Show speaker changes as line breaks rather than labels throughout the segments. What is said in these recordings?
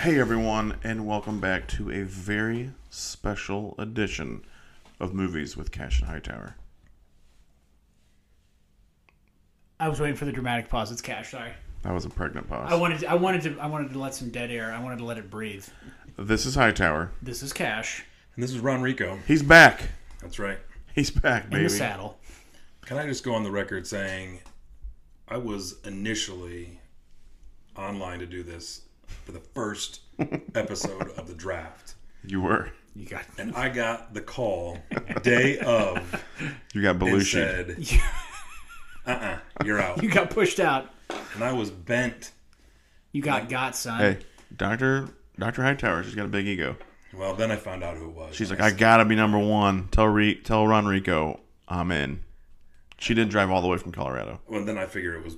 Hey everyone, and welcome back to a very special edition of Movies with Cash and Hightower.
I was waiting for the dramatic pause. It's cash. Sorry.
That was a pregnant pause.
I wanted. To, I wanted to. I wanted to let some dead air. I wanted to let it breathe.
this is Hightower.
This is cash
And this is Ron Rico.
He's back.
That's right.
He's back,
in
baby.
the saddle.
Can I just go on the record saying I was initially online to do this for the first episode of the draft.
You were.
You got.
And I got the call day of
You got
and
Belushi.
said, uh uh-uh, uh, you are out.
You got pushed out.
And I was bent.
You got got son.
Hey, Doctor Doctor Hightower. She's got a big ego.
Well, then I found out who it was.
She's like, I gotta be number one. Tell Re- tell Ron Rico, I'm in. She didn't drive all the way from Colorado.
well, then I figure it was,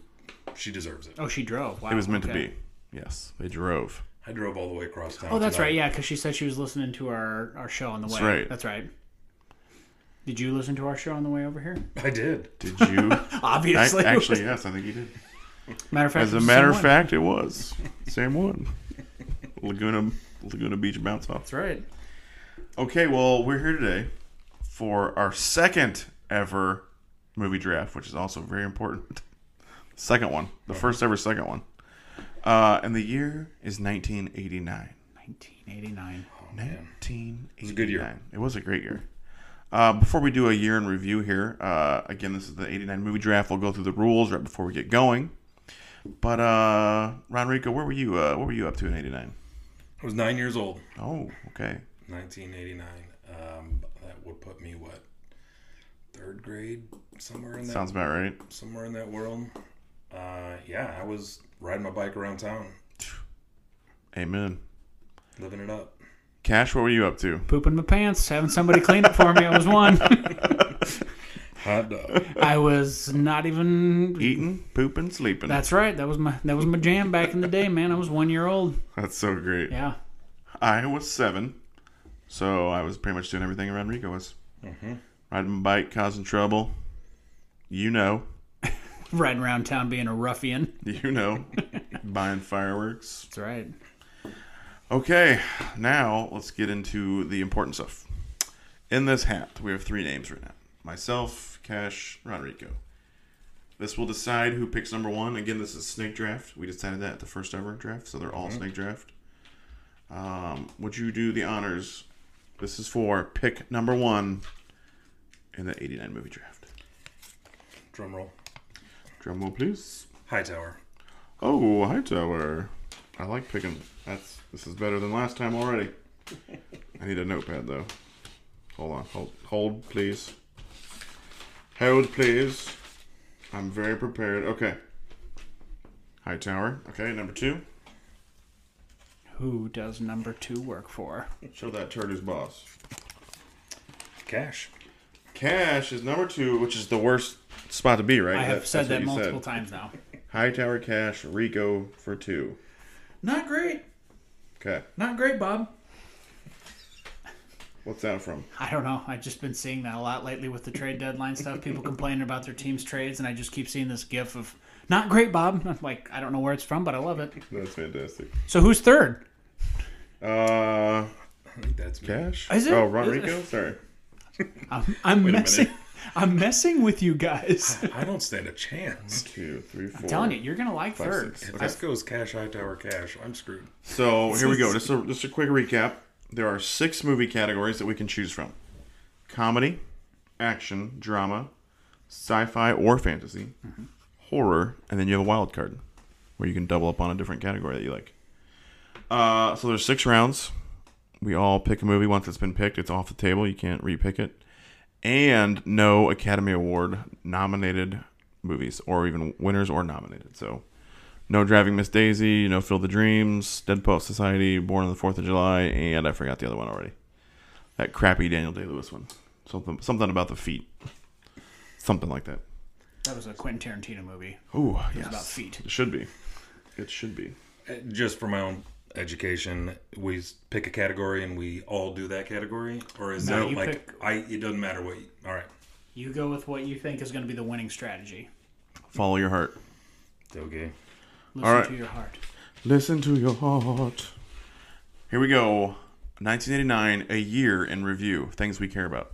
she deserves it.
Oh, she drove. Wow.
It was meant
okay.
to be. Yes, they drove.
I drove all the way across town.
Oh, that's
tonight.
right. Yeah, because she said she was listening to our our show on the way.
right.
That's right. Did you listen to our show on the way over here?
I did.
Did you? I,
Obviously.
actually, yes, I think you did.
matter of fact.
As a
it's the
matter
same
of
one.
fact, it was same one. Laguna Laguna Beach bounce off.
That's right.
Okay, well we're here today for our second ever movie draft, which is also very important. Second one,
Oh.
the first ever second one, uh, and the year is 1989.
1989.
1989. It was
a good year.
It was a great year. Uh, before we do a year in review here, uh, again, this is the 89 movie draft. We'll go through the rules right before we get going. But, uh, Ronrico, where were you? Uh, what were you up to in 89?
I was nine years old.
Oh, okay.
1989. Um, that would put me what third grade, somewhere in that
Sounds about right.
somewhere in that world. Uh, yeah, I was riding my bike around town,
Amen.
living it up.
Cash, what were you up to?
Pooping my pants, having somebody clean it for me. I was one.
Hot dog.
I was not even
Eating, pooping, sleeping. That's,
That's right. That was my that was my jam back in the day, man. I was one year old.
so great.
Yeah.
I was seven, so I was pretty much doing everything Ronrico was.
Mm-hmm.
Riding my bike, causing trouble. You know.
Riding around town being a ruffian.
You know. buying fireworks.
That's right.
Okay, now let's get into the important stuff. In this hat, we have three names right now myself, Cash, Rodrigo. This will decide who picks number one. Again, this is snake draft. We decided that at the first ever draft, so they're all snake draft. Um, would you do the honors? This is for pick number one in the 89 movie draft.
Drum roll.
Drum roll, please.
Hightower.
Oh, Hightower. I like picking. That's this is better than last time already. I need a notepad though. Hold on. Hold, hold, please. Hold, please. I'm very prepared. Okay. Hightower. Okay, number two.
Who does number two work for?
Show that turd who's boss.
Cash.
Cash is number two, which is the worst spot to be, right?
I have said
that's what
that
you
multiple times now.
Hightower, Cash, Rico for two.
Not great.
Okay.
Not great, Bob.
What's that from?
I don't know. I've just been seeing that a lot lately with the trade deadline stuff. People complaining about their team's trades, and I just keep seeing this gif of not great, Bob. I'm like, I don't know where it's from, but I love it.
That's fantastic.
So who's third?
Uh,
I think that's me.
Cash?
Is it?
Oh,
Is
Rodrigo? Sorry.
I'm, I'm
a
messing.
minute.
I'm messing with you guys.
I don't stand a chance.
Two, three, four.
telling you, you're gonna like
five,
third.
six.
If
Okay.
this goes cash, Hightower, cash, I'm screwed.
So here we go. Just a, just a quick recap. There are six movie categories that we can choose from comedy, action, drama, sci fi or fantasy,
Mm-hmm.
horror, and then you have a wild card where you can double up on a different category that you like. Uh, so there's six rounds. We all pick a movie. Once it's been picked, it's off the table. You can't repick it. And no Academy Award nominated movies or even winners or nominated. So no Driving Miss Daisy, no Fill the Dreams, Dead Poet Society, Born on the Fourth of July, and I forgot the other one already. That crappy Daniel Day Lewis one. Something something about the feet. Something like that.
That was a Quentin Tarantino movie.
Oh yes.
about feet.
It should be. It should be.
Uh, Just for my own education, we s- pick a category and we all do that category? Or is
No,
that
you
like,
pick-
I? it doesn't matter what you, all right.
You go with what you think is going to be the winning strategy.
Follow your heart.
Okay.
Listen
All right.
to your heart.
Listen to your heart. Here we go. 1989, a year in review. Things we care about.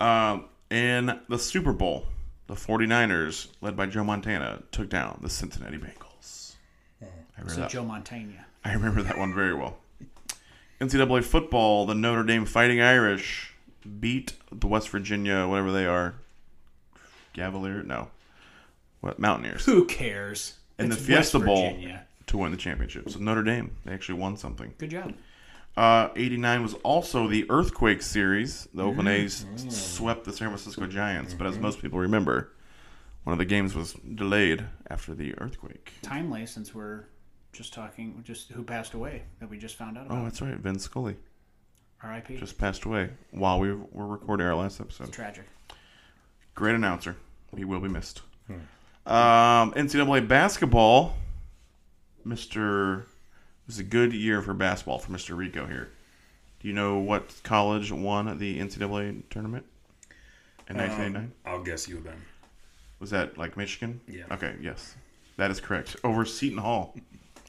Um, in the Super Bowl, the 49ers, led by Joe Montana, took down the Cincinnati Bengals. I remember,
So
that.
Joe Montana.
I remember that one very well. NCAA football, the Notre Dame Fighting Irish beat the West Virginia, whatever they are. Cavalier? No. What? Mountaineers
Who cares?
in the
It's
Fiesta
West
Bowl
Virginia.
to win the championship. So Notre Dame, they actually won something.
Good job.
Uh, 89 was also the Earthquake series. The Oakland A's swept the San Francisco Giants, but as most people remember, one of the games was delayed after the earthquake.
Timely, since we're just talking, just who passed away that we just found out
Oh,
about.
that's right. Vin Scully
R.I.P.
Oh, just passed away while we were recording our last episode.
Tragic.
Great announcer. He will be missed. Um, NCAA basketball. Mr. It was a good year for basketball for Mr. Rico here. Do you know what college won the NCAA tournament in 1989?
I'll guess U of M.
was that like Michigan?
Yeah.
Okay, yes. That is correct. Over Seton Hall.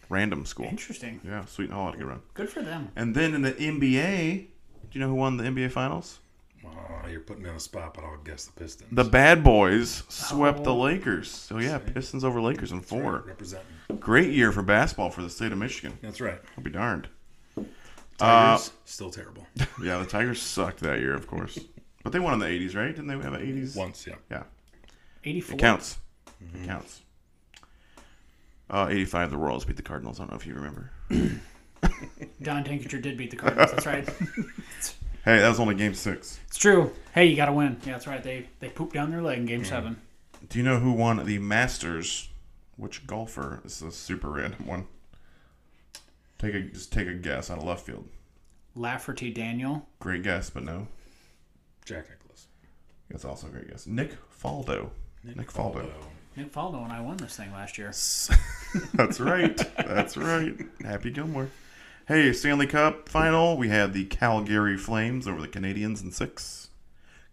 Random school.
Interesting.
Yeah, Seton Hall had a good run.
Good for them.
And then in the NBA, do you know who won the NBA Finals?
Oh, you're putting me on the spot, but I'll guess the Pistons.
The Bad Boys swept the Lakers. So yeah, Pistons over Lakers in four.
representing.
Great year for basketball for the state of Michigan.
That's right.
I'll be darned.
Tigers still terrible.
Yeah, the Tigers sucked that year, of course. but they won in the 80s, right? Didn't they have an 80s?
Once, yeah.
Yeah.
84.
It counts. It counts. Uh, 85, the Royals beat the Cardinals. I don't know if you remember.
Don Tinkerture did beat the Cardinals. That's right.
Hey, that was only game six.
it's true. Hey, you got to win. Yeah, that's right. They they pooped down their leg in
Mm.
Game Seven.
Do you know who won the Masters? Which golfer? This is a super random one. Take a just take a guess out of left field.
Lafferty Daniel.
Great guess, but no.
Jack Nicholas.
That's also a great guess. Nick Faldo. Nick, Faldo.
Nick Faldo and I won this thing last year.
That's right. That's right. Happy Gilmore. Hey, Stanley Cup final. We had the Calgary Flames over the Canadians in six.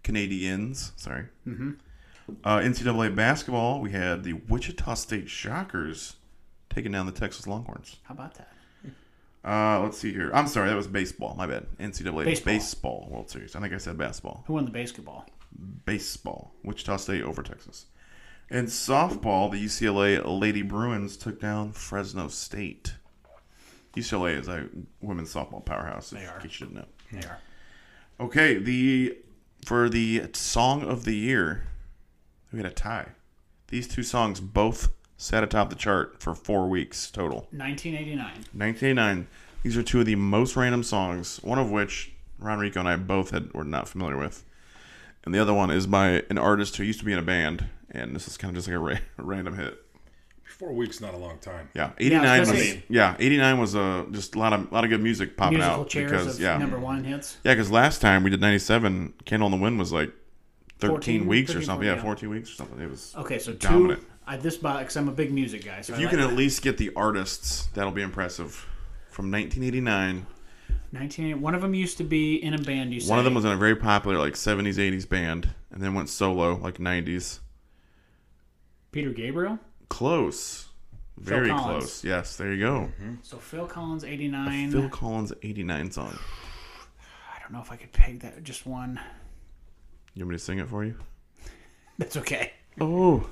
Canadians, sorry. Mm-hmm. Uh, NCAA basketball. We had the Wichita State Shockers taking down the Texas Longhorns.
How about that?
Uh, let's see here. I'm sorry, that was baseball. My bad. NCAA
Baseball.
baseball, World Series. I think I said basketball.
Who won the basketball?
Baseball. Wichita State over Texas. In softball, the UCLA Lady Bruins took down Fresno State. UCLA is a women's softball powerhouse. They
are.
In case you didn't know.
They are.
Okay, the for the song of the year, we had a tie. These two songs both sat atop the chart for four weeks total.
1989.
1989. These are two of the most random songs, one of which Ron Rico and I both had were not familiar with. And the other one is by an artist who used to be in a band, and this is kind of just like a, ra- random hit.
Four weeks, not a long time.
Yeah, eighty nine was
gonna say-
yeah eighty nine was a just a lot of lot of good music popping
Musical
out
chairs
because
of
yeah
number one hits.
yeah because last time we did ninety seven Candle in the Wind was like thirteen
14,
weeks or
13,
something yeah
14, yeah.
fourteen weeks or something it was
Okay, so two.
Dominant.
I, this box, I'm a big music guy. So I
if you
like
can at least get the artists that'll be impressive from nineteen eighty nine
1980. One of them used to be in a band. You
One of them was in a very popular like '70s '80s band, and then went solo like '90s.
Peter Gabriel.
Close, very
Collins.
close. Yes, there you go.
So Phil Collins 89.
Phil Collins '89 song.
I don't know if I could peg that just one.
You want me to sing it for you?
That's okay.
Oh,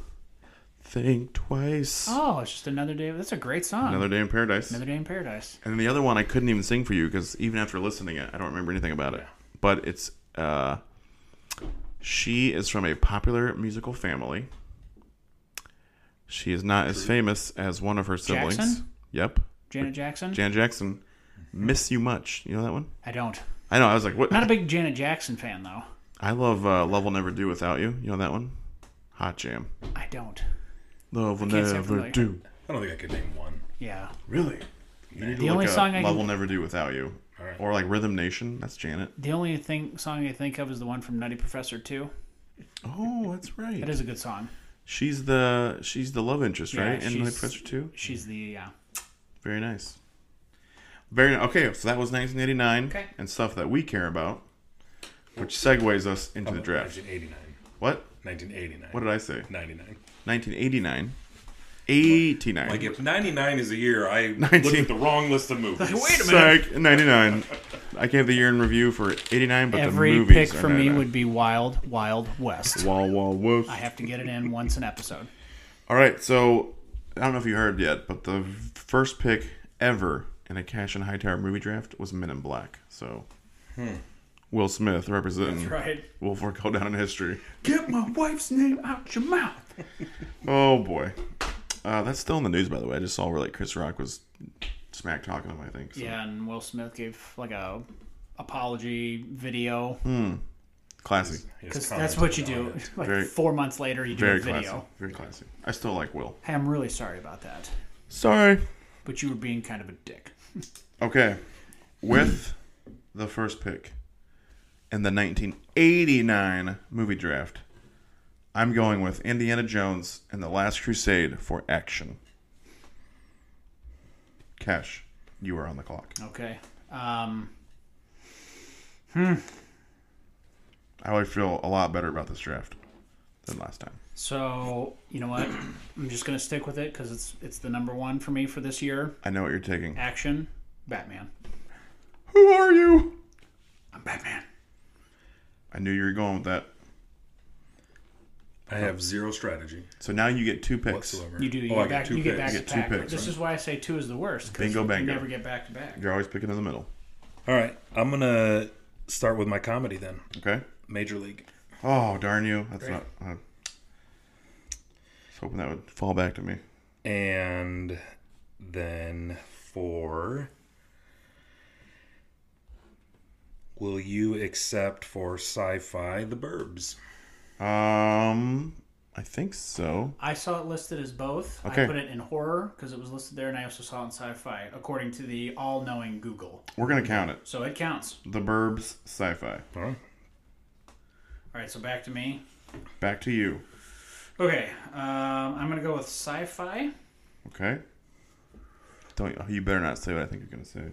think twice.
Oh, it's just another day. That's a great song. Another,
Another day in paradise.
day in paradise.
And then the other one I couldn't even sing for you because even after listening it, I don't remember anything about it. But it's uh, she is from a popular musical family. She is not as famous as one of her siblings.
Jackson?
Yep.
Janet Jackson.
Jan Jackson, "Miss You Much." You know that one?
I don't.
I know. I was like, "What?"
Not a big Janet Jackson fan though.
I love uh, "Love Will Never Do Without You." You know that one? Hot jam.
I don't.
Love will
can't say I'm
never
familiar.
do.
I don't think I could name one.
Yeah.
Really? You need to
The only
up
song I
"Love
can-
Will Never Do Without You,"
Alright.
or like "Rhythm Nation." That's Janet.
The only thing song I think of is the one from Nutty Professor 2.
Oh, that's
That
right.
is a good song.
She's the she's the love interest,
Yeah,
right? In
she's-
Lady Pressure Two.
She's the uh,
Very nice. Very okay. So that was 1989
Okay.
and stuff that we care about, which segues us into the draft.
1989.
What?
1989.
What did I say?
99.
1989. 89.
Like if 99 is a year, I
19.
looked at the wrong list of movies.
Wait a minute.
Psych, 99. I gave the year in review for 89, but the
Every
movies
pick
are
for me
99.
would be Wild Wild West.
Wall, wall, woof.
I have to get it in once an episode.
All right, so I don't know if you heard yet, but the first pick ever in a Cash and Hightower movie draft was Men in Black. So
Hmm.
Will Smith representing
Right.
will go down in history.
Get my wife's name out your mouth.
Oh boy, uh, that's still in the news, by the way. I just saw where like Chris Rock was smack talking him. I think. So.
Yeah, and Will Smith gave like a apology video
Hmm. Classy,
because that's what you do. Like
Very-
four months later, you do
very
a
classy,
video.
very classy. I still like Will.
Hey, I'm really sorry about that,
Sorry.
but you were being kind of a dick.
Okay, with the first pick in the 1989 movie draft, I'm going with Indiana Jones and the Last Crusade for action. Cash, you are on the clock.
Okay. Um,
I would feel a lot better about this draft than last time.
so you know what? I'm just gonna stick with it because it's it's the number one for me for this year.
I know what you're taking.
Action, Batman.
Who are you?
I'm Batman.
I knew you were going with that.
I have zero strategy
So now you get two picks.
whatsoever.
You do. You
oh, I
get
get
back.
two
You get
picks.
back
You
to
get two
back.
picks,
This
right?
is why I say two is the worst. 'cause
Bingo,
you
bango.
never get back to back.
You're always picking in the middle.
All right, I'm gonna start with my comedy then.
Okay.
Major League.
Oh darn you! That's not. I was hoping that would fall back to me.
And then for Will you accept for sci-fi the burbs?
Um, I think so.
I saw it listed as both.
Okay.
I put it in horror because it was listed there, and I also saw it in sci-fi, according to the all-knowing Google.
We're gonna count it.
So it counts.
The Burbs sci-fi.
All right.
All right. So back to me.
Back to you.
Okay. Um, I'm gonna go with sci-fi.
Okay. Don't you better not say what I think you're gonna say.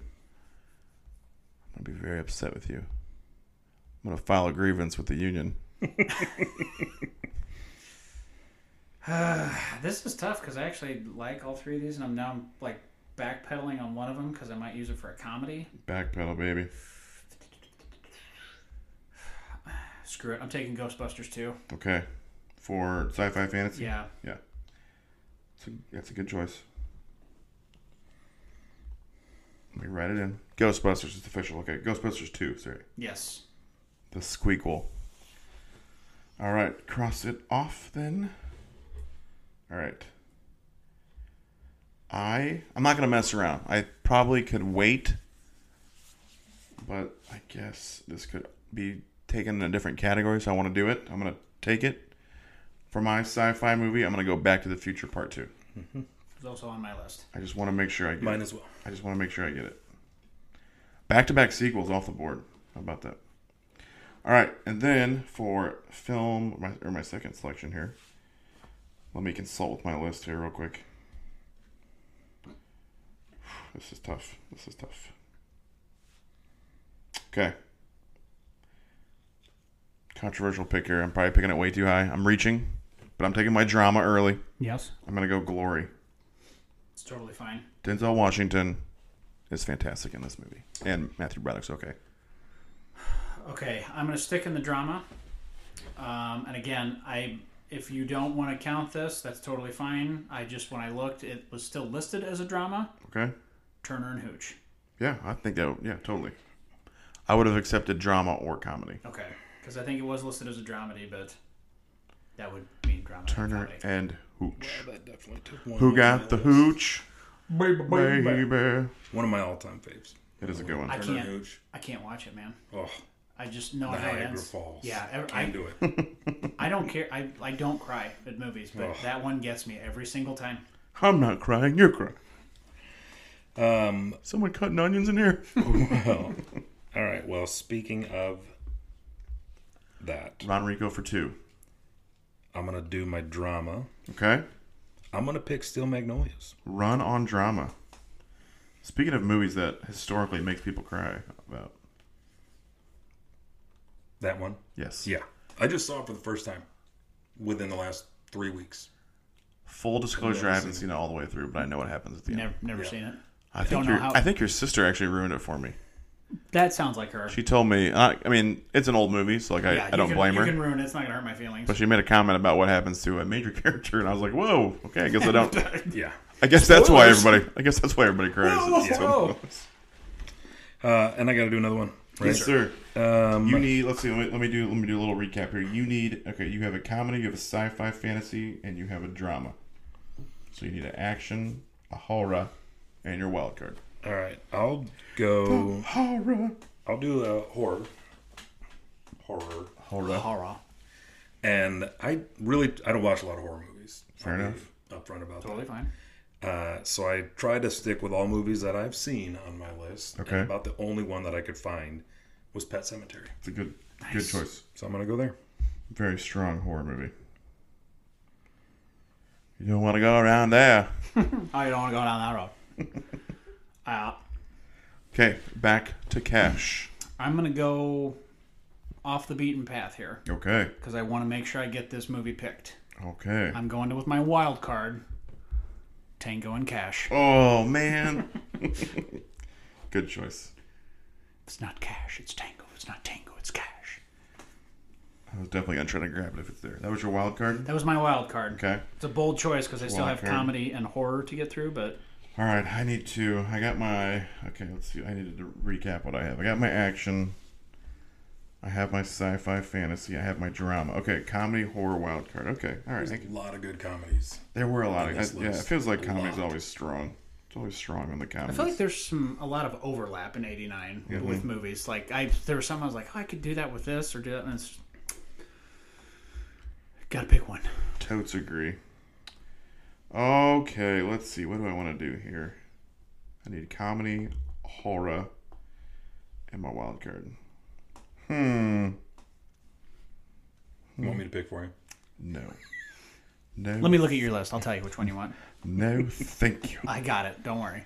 I'm gonna be very upset with you. I'm gonna file a grievance with the union.
This is tough because I actually like all three of these, and I'm now like backpedaling on one of them because I might use it for a comedy.
Backpedal, baby.
Screw it. I'm taking Ghostbusters too.
Okay. For sci-fi fantasy.
Yeah.
Yeah. It's a, that's a good choice. Let me write it in. Ghostbusters is official. Okay, Ghostbusters 2, sorry.
Yes.
The squeakle. All right, cross it off then. All right. I I'm not gonna mess around. I probably could wait, but I guess this could be taken in a different category. So I want to do it. I'm gonna take it for my sci-fi movie. I'm gonna go Back to the Future Part Two.
It's also on my list.
I just want to make sure I get.
Mine
it.
as well.
I just want to make sure I get it. Back to back sequels off the board. How about that? All right, and then for film, my, or my second selection here, let me consult with my list here real quick. This is tough. This is tough. Okay. Controversial pick here. I'm probably picking it way too high. I'm reaching, but I'm taking my drama early.
Yes.
I'm going to go glory.
It's totally fine.
Denzel Washington is fantastic in this movie, and Matthew Braddock's okay.
Okay, I'm gonna stick in the drama. Um, and again, I if you don't want to count this, that's totally fine. I just when I looked, it was still listed as a drama.
Okay,
Turner and Hooch.
yeah, I think that. Yeah, totally. I would have accepted drama or comedy.
Okay, because I think it was listed as a dramedy, but that would mean drama. not
Turner
comedy.
and Hooch.
That definitely took one.
Who got the hooch,
One
baby?
of my all-time faves.
It is a good one.
I
Turner
can't.
Hooch.
I can't watch it, man.
Oh,
I just know how it
Niagara
ends.
Falls.
Yeah, ev-
can't
I,
do it.
I don't care. I, I don't cry at movies, but
Ugh.
that one gets me every single time.
I'm not crying. You're crying.
Um,
Someone cutting onions in here.
well, all right. Well, speaking of that,
Ron Rico for two.
I'm gonna do my drama.
Okay.
I'm gonna pick Steel Magnolias.
Run on drama. Speaking of movies that historically makes people cry about.
That one.
Yes.
Yeah, I just saw it for the first time within the last three weeks.
Full disclosure, I
never
haven't
seen
seen it all the way through, but I know what happens at the end.
Never, never
Yeah.
seen it.
I think
don't know
your
how-
I think your sister actually ruined it for me.
That sounds like her.
She told me. I, I mean, it's an old movie, so like I,
yeah,
I
you
don't
can,
blame
you
her.
can ruin it. It's not gonna hurt my feelings.
But she made a comment about what happens to a major character, and I was like, "Whoa, okay, I guess I don't."
Yeah.
I guess that's why
Spoilers.
everybody. I guess that's why everybody cries.
Whoa,
It's-
whoa.
Uh, and I got to do another one. Right?
Yes, sir.
Um,
You need. Let's see. Let me, let me do. Let me do a little recap here. You need. Okay, you have a comedy, you have a sci-fi, fantasy, and you have a drama. So you need an action, a horror, and your wild card.
all right. I'll go.
Horror.
I'll do a horror. Horror.
Horror.
Horror.
And I really I don't watch a lot of horror movies.
Fair
I'll be
enough.
Upfront about
Totally fine.
that. Uh, so I try to stick with all movies that I've seen on my list. and
Okay.
about the only one that I could find was Pet Cemetery.
It's a good. Good choice.
So I'm gonna go there.
Very strong horror movie. You don't want to go around there.
Oh, you don't want to go down that road. uh,
Okay, back to cash.
I'm gonna go off the beaten path here
Okay.
because I want to make sure I get this movie picked.
Okay.
I'm going to with my wild card, Tango and Cash.
Oh man. Good choice.
It's not Cash. It's Tango. It's not Tango. It's Cash.
I was definitely gonna try to grab it if it's there. That was your wild card.
That was my wild card.
Okay.
It's a bold choice because I still
Wild
have
card.
comedy and horror to get through, but
All right. I need to. I got my. Okay. Let's see. I needed to recap what I have. I got my action. I have my sci-fi fantasy. I have my drama. Okay, comedy, horror, wild card. Okay, all right. I
There's a lot of good comedies.
There were a lot of
On this
I- yeah. It
list.
feels like
A
comedy's
lot.
always strong. It's always strong on the comedy.
I feel like there's some a lot of overlap in '89
hmm.
with movies. Like I, there were some I was like, oh, I could do that with this or do that, and it's gotta pick one.
totes agree. Okay, let's see. What do I want to do here? I need comedy, horror, and my wild card. Hmm.
You want me to pick for you?
No. No.
Let me look at your list. I'll tell you which one you want.
No, thank you.
I got it. Don't worry.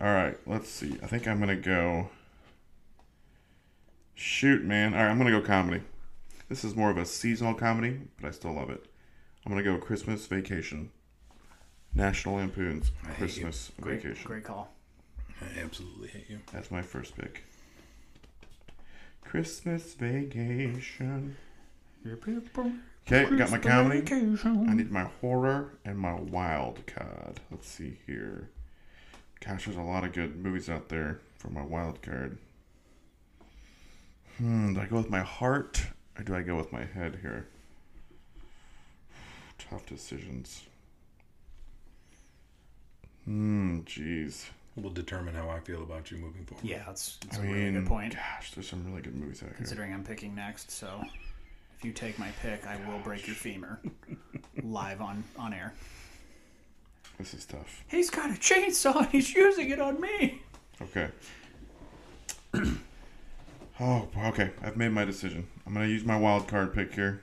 All right, let's see. I think I'm gonna go. Shoot, man. All right, I'm gonna go comedy. This is more of a seasonal comedy, but I still love it. I'm gonna go Christmas Vacation. National Lampoon's Christmas
Great,
Vacation.
great call.
I absolutely hate you.
That's my first pick. Christmas Vacation. Okay, got my comedy. I need my horror and my wild card. Let's see here. Gosh, there's a lot of good movies out there for my wild card. Hmm, do I go with my heart or do I go with my head here? Tough decisions. Hmm, jeez.
Will determine how I feel about you moving forward.
Yeah, that's, that's
I
a really
mean,
good point.
gosh, there's some really good movies out here.
Considering I'm picking next, so if you take my pick, I will break your femur live on on air.
This is tough.
He's got a chainsaw. and He's using it on me.
Okay. oh, okay. I've made my decision. I'm gonna use my wild card pick here.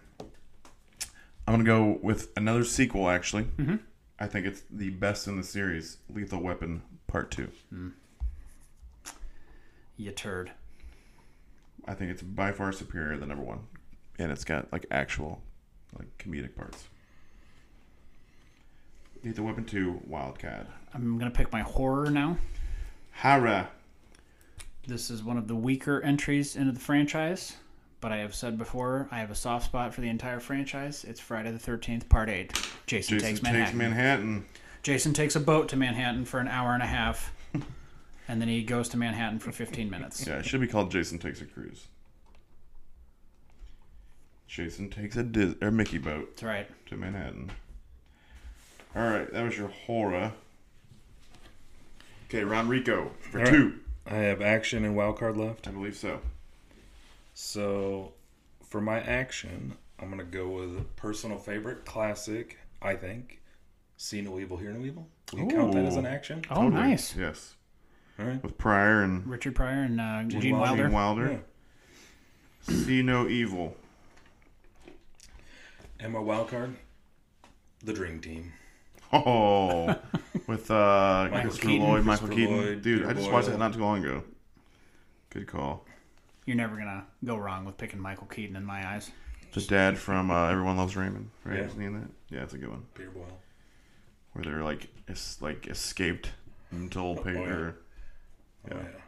I'm gonna go with another sequel. Actually,
Mm-hmm.
I think it's the best in the series, Lethal Weapon Part Two.
You turd.
I think it's by far superior than number one, and it's got like actual, like comedic parts. Lethal Weapon Two, Wildcat.
I'm gonna pick my horror now.
Hara.
This is one of the weaker entries into the franchise, but I have said before I have a soft spot for the entire franchise. It's Friday the 13th, Part 8.
Jason
Jason, takes Manhattan.
Takes Manhattan.
Jason takes a boat to Manhattan for an hour and a half, and then he goes to Manhattan for 15 minutes.
Yeah, it should be called Jason Takes a Cruise. Jason takes a Dis- or Mickey boat
That's right.
to Manhattan. All right, that was your horror. Okay, Ron Rico for
All right.
two.
I have action and wild card left.
I believe so.
So, for my action, I'm gonna go with personal favorite, classic. I think, "See No Evil, Hear No Evil." We can count that as an
Ooh.
action.
Oh,
Totally.
nice.
Yes,
All right.
with Pryor and
Richard Pryor and uh, Gene,
Wilder.
Wilder.
Gene
Yeah.
Wilder. See no evil.
And my wild card, the Dream Team.
Oh, with uh,
Michael
Christopher
Keaton.
Lloyd, Michael
Christopher
Keaton.
Lloyd,
Dude,
Peter
I just watched that
Boyle.
not too long ago. Good call.
You're never gonna go wrong with picking Michael Keaton in my eyes.
The dad from uh, Everyone Loves Raymond, right?
Yeah.
Isn't he in that? Yeah, it's a good one.
Peter Boyle.
where they're like es- like escaped until
yeah.
paper.
Oh,
Yeah.
yeah.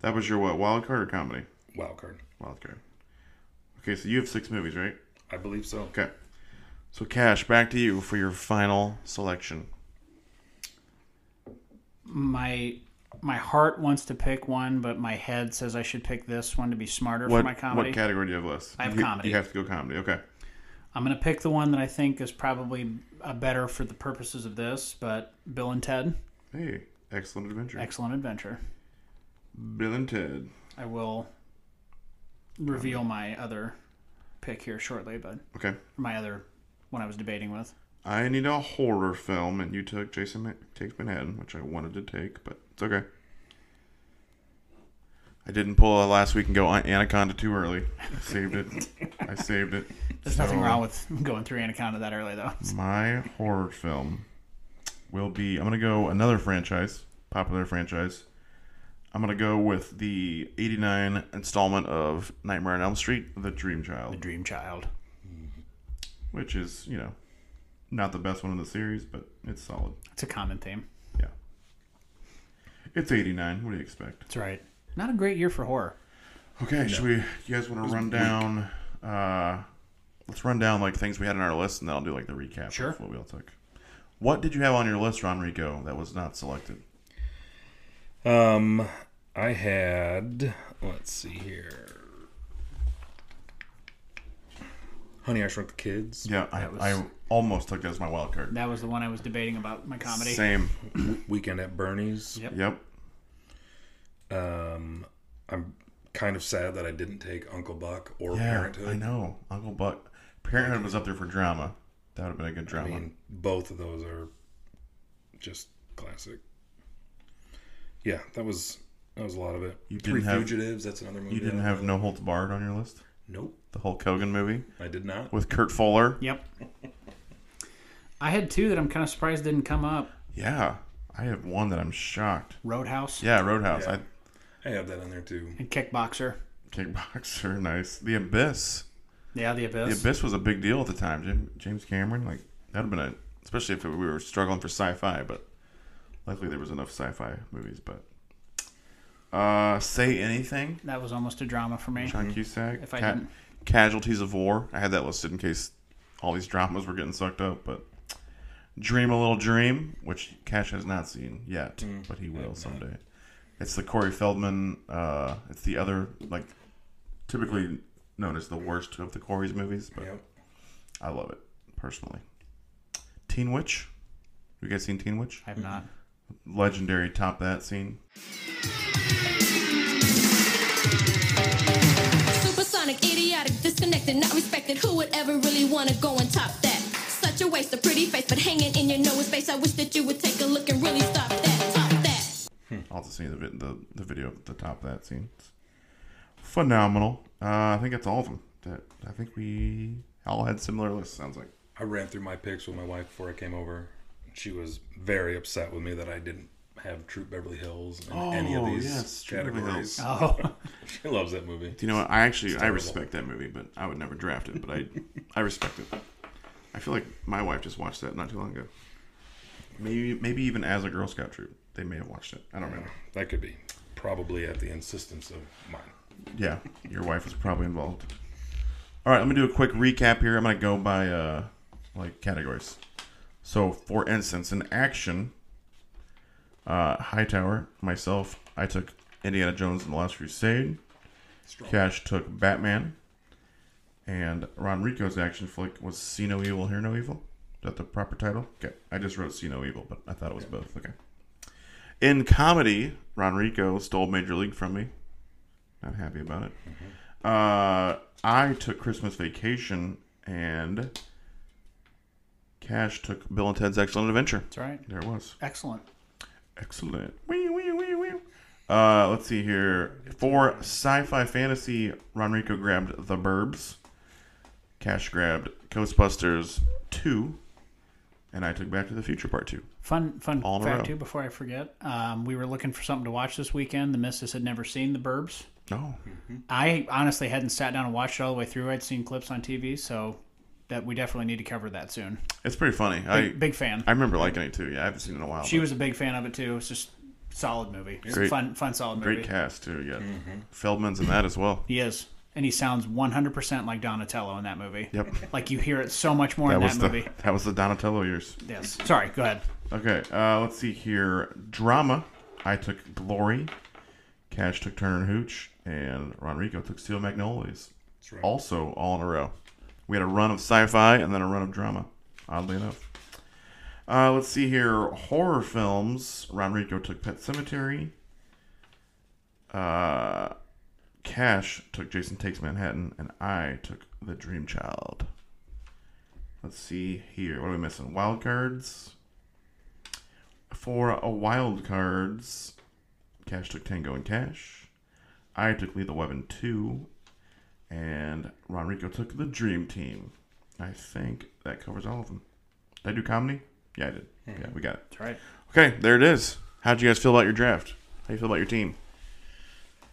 That was your what wild card or comedy?
Wild card.
Wild card. Okay, so you have six movies, right?
I believe so.
Okay. So Cash, back to you for your final selection.
My my heart wants to pick one, but my head says I should pick this one to be smarter for
What
my comedy.
what category do you have left?
I have
You-
comedy.
You have to go comedy. Okay.
I'm gonna pick the one that I think is probably a better for the purposes of this, but Bill and Ted,
Hey, excellent adventure.
Excellent Adventure.
Bill and Ted.
I will reveal my other pick here shortly, but
Okay.
my other one I was debating with.
I need a horror film, and you took Jason Ma- Takes Manhattan, which I wanted to take, but it's okay. I didn't pull a last week and go Anaconda too early. I saved it. I saved it.
There's nothing wrong with going through Anaconda that early, though.
My horror film will be. I'm gonna go another franchise, popular franchise. I'm gonna go with the '89 installment of Nightmare on Elm Street, The Dream
The
Child,
Dream Child.
which is you know not the best one in the series, but it's solid.
It's a common theme.
Yeah. It's 89. What do you expect?
That's right. Not a great year for horror.
Okay, should we, you guys want to run down, uh, let's run down like things we had on our list and then I'll do like the recap
Sure.
of what we all took. What did you have on your list, Ron Rico, that was not selected?
Um, I had. Let's see here. Honey, I Shrunk the Kids.
Yeah, I, I almost took that as my wild card.
That was the one I was debating about my comedy.
Same.
Weekend at Bernie's.
Yep.
Yep.
Um, I'm kind of sad that I didn't take Uncle Buck or
Yeah,
Parenthood.
I know. Uncle Buck. Parenthood was up there for drama. That would have been a good
I
drama.
mean, both of those are just classic. Yeah, that was that was a lot of it.
You
Three
didn't have-
Fugitives. That's another movie.
you didn't
I-
have No Holds Barred on your list?
Nope,
The Hulk Hogan movie
I did not.
with Kurt Fuller?
Yep. I had two that I'm kind of surprised didn't come up.
Yeah. I have one that I'm shocked.
Roadhouse
Yeah, Roadhouse.
Yeah. I have that on there too.
and Kickboxer.
I kickboxer, nice. The Abyss.
Yeah, The
The
Abyss.
Abyss was a big deal at the time. Jim, James Cameron, like that'd have been a, especially if we were struggling for sci-fi. But luckily there was enough sci-fi movies. But uh, say anything,
That was almost a drama for me.
John Cusack.
If I
Ca-
didn't-
Casualties of War. I had that listed in case all these dramas were getting sucked up. But Dream a Little Dream, which Cash has not seen yet, but he will someday. It's the Corey Feldman. Uh, it's the other like typically known as the worst of the Corey's movies, but.
Yep.
I love it personally. Teen Witch. You guys seen Teen Witch?
I have not.
Legendary top that scene.
Supersonic, idiotic, disconnected, not respected. Who would ever really wanna go and top that? Such a waste of pretty face, but hanging in your nose space. I wish that you would take a look and really stop that. Top that.
I'll just see the, vid- the the video at the top of that scene. It's phenomenal. Uh, I think that's all of them. That I think we all had similar lists. Sounds like.
I ran through my picks with my wife before I came over. She was very upset with me that I didn't have Troop Beverly Hills in any of
Oh,
these
yes, Troop Beverly
categories.
Oh,
She loves that movie.
Do you know what? I actually I
terrible.
respect that movie, but I would never draft it. But I I respect it. I feel like my wife just watched that not too long ago. Maybe maybe even as a Girl Scout troop, they may have watched it. I don't remember.
That could be probably at the insistence of mine.
Yeah, your wife was probably involved. All right, let me do a quick recap here. I'm gonna go by uh, like categories. So, for instance, in action, uh, Hightower, myself, I took Indiana Jones and the Last Crusade. Cash took Batman, and Ron Rico's action flick was "See No Evil, Hear No Evil." Is that the proper title? Okay, I just wrote "See No Evil," but I thought it was both. Okay. In comedy, Ron Rico stole Major League from me. Not happy about it. Uh, I took Christmas Vacation and Cash took Bill and Ted's Excellent Adventure.
that's right.
There it was.
Excellent.
Excellent. Wee, wee, wee, wee. Uh, let's see here. For sci-fi fantasy, Ronrico grabbed The Burbs. Cash grabbed Ghostbusters 2. And I took Back to the Future Part 2.
Fun, fun
All in a row.
fact too. Before I forget, um, we were looking for something to watch this weekend. The missus had never seen The Burbs.
Oh.
I honestly hadn't sat down and watched it all the way through. I'd seen clips on TV, so that we definitely need to cover that soon.
It's pretty funny. I
Big fan.
I remember liking it too. Yeah, I haven't seen it in a while.
she
but
was a big fan of it too. It's just solid movie. It's a
Great-
fun, fun, solid movie.
great cast too. Yeah, Feldman's in that as well.
He is, and he sounds 100% like Donatello in that movie.
Yep,
Like you hear it so much more
that
in
was
that
the
movie.
that was the Donatello years.
Yes. Sorry. Go ahead.
Okay, uh, let's see here. Drama. I took Glory. Cash took Turner and Hooch, and Rodrigo took Steel Magnolias.
That's right.
Also, all in a row. We had a run of sci-fi and then a run of drama. Oddly enough. Uh, let's see here. Horror films. Rodrigo took Pet Cemetery. Uh, Cash took Jason Takes Manhattan, and I took The Dream Child. Let's see here. What are we missing? Wild cards for a wild cards. Cash took Tango and Cash. I took Lethal Weapon 2. And Ronrico took the Dream Team. I think that covers all of them. Did I do comedy? Yeah, I did. Yeah, we got it.
That's right.
Okay, there it is. How'd you guys feel about your draft? How you feel about your team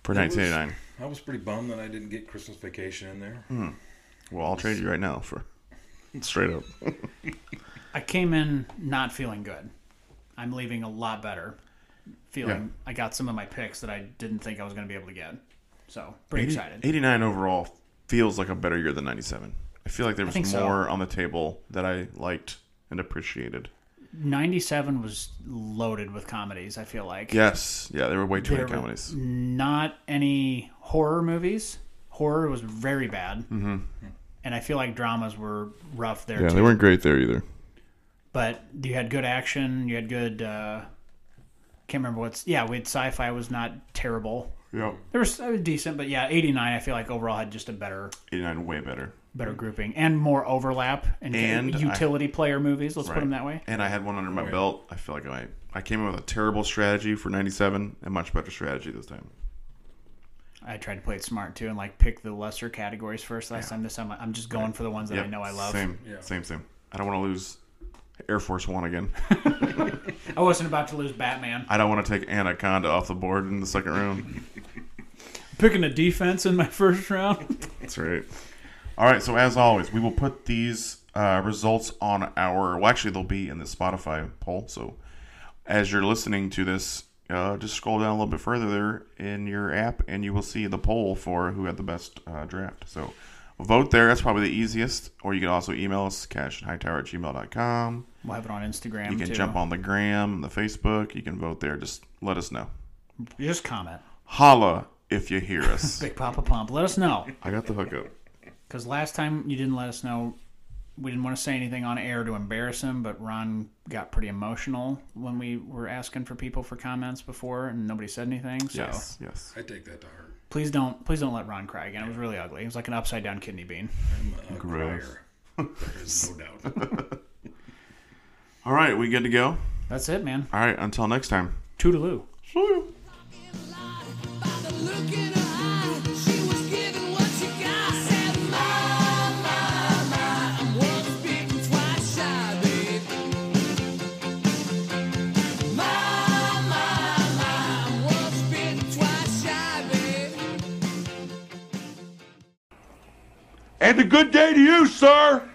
for 1989?
I was pretty bummed that I didn't get Christmas Vacation in there.
Hmm. Well, I'll trade you right now for straight up.
I came in not feeling good. I'm leaving a lot better. Feeling
Yeah.
I got some of my picks that I didn't think I was going to be able to get. So pretty excited.
89 overall feels like a better year than 97. I feel like there was
think so.
more on the table that I liked and appreciated.
97 was loaded with comedies. I feel like
Yes. Yeah, there were way too
There
many
were
comedies.
not any horror movies. Horror was very bad. Mm-hmm. And I feel like dramas were rough there too.
weren't great there either.
but you had good action. You had good. Uh, can't remember what's. Yeah, we had sci-fi was not terrible.
Yeah.
There was, it was decent, but yeah, eighty nine. I feel like overall had just a better
89 way better.
better grouping and more overlap and,
And I-
utility player movies. Let's 'em put them that way.
And I had one under my belt. I feel like I I came up with a terrible strategy for 97 and much better strategy this time.
I tried to play it smart too and like pick the lesser categories first last time. This time I- I'm just going for the ones that I
Yep.
know I love.
Same,
Yeah.
same, same. I don't want to lose Air Force One again.
I wasn't about to lose Batman.
I don't want to take Anaconda off the board in the second round.
Picking a defense in my first round.
That's right. All right. So as always, we will put these uh, results on our. Well, actually, they'll be in the Spotify poll. So as you're listening to this, uh, just scroll down a little bit further there in your app, and you will see the poll for who had the best uh, draft. So vote there. That's probably the easiest. Or you can also email us cashandhightower at gmail.com.
we'll have it on Instagram.
You can
too.
jump on the gram, the Facebook. You can vote there. Just let us know.
Just comment.
Holla if you hear us.
Big Papa Pump. Let us know.
I got the hookup.
Because last time you didn't let us know, we didn't want to say anything on air to embarrass him, but Ron got pretty emotional when we were asking for people for comments before, and nobody said anything. So
Yes. Yes.
I take that to heart.
please don't, please don't let Ron cry again. It was really ugly. It was like an upside down kidney bean.
I'm a
Gross.
crier. There is no doubt.
All right. We good to go?
That's it, man.
All right. Until next time.
Toodaloo.
By the look in her eye, she was giving what she got. Said, My, my, my, I'm once bitten, twice shy, babe. My, my, my, I'm once bitten, twice shy, babe.
And a good day to you, sir.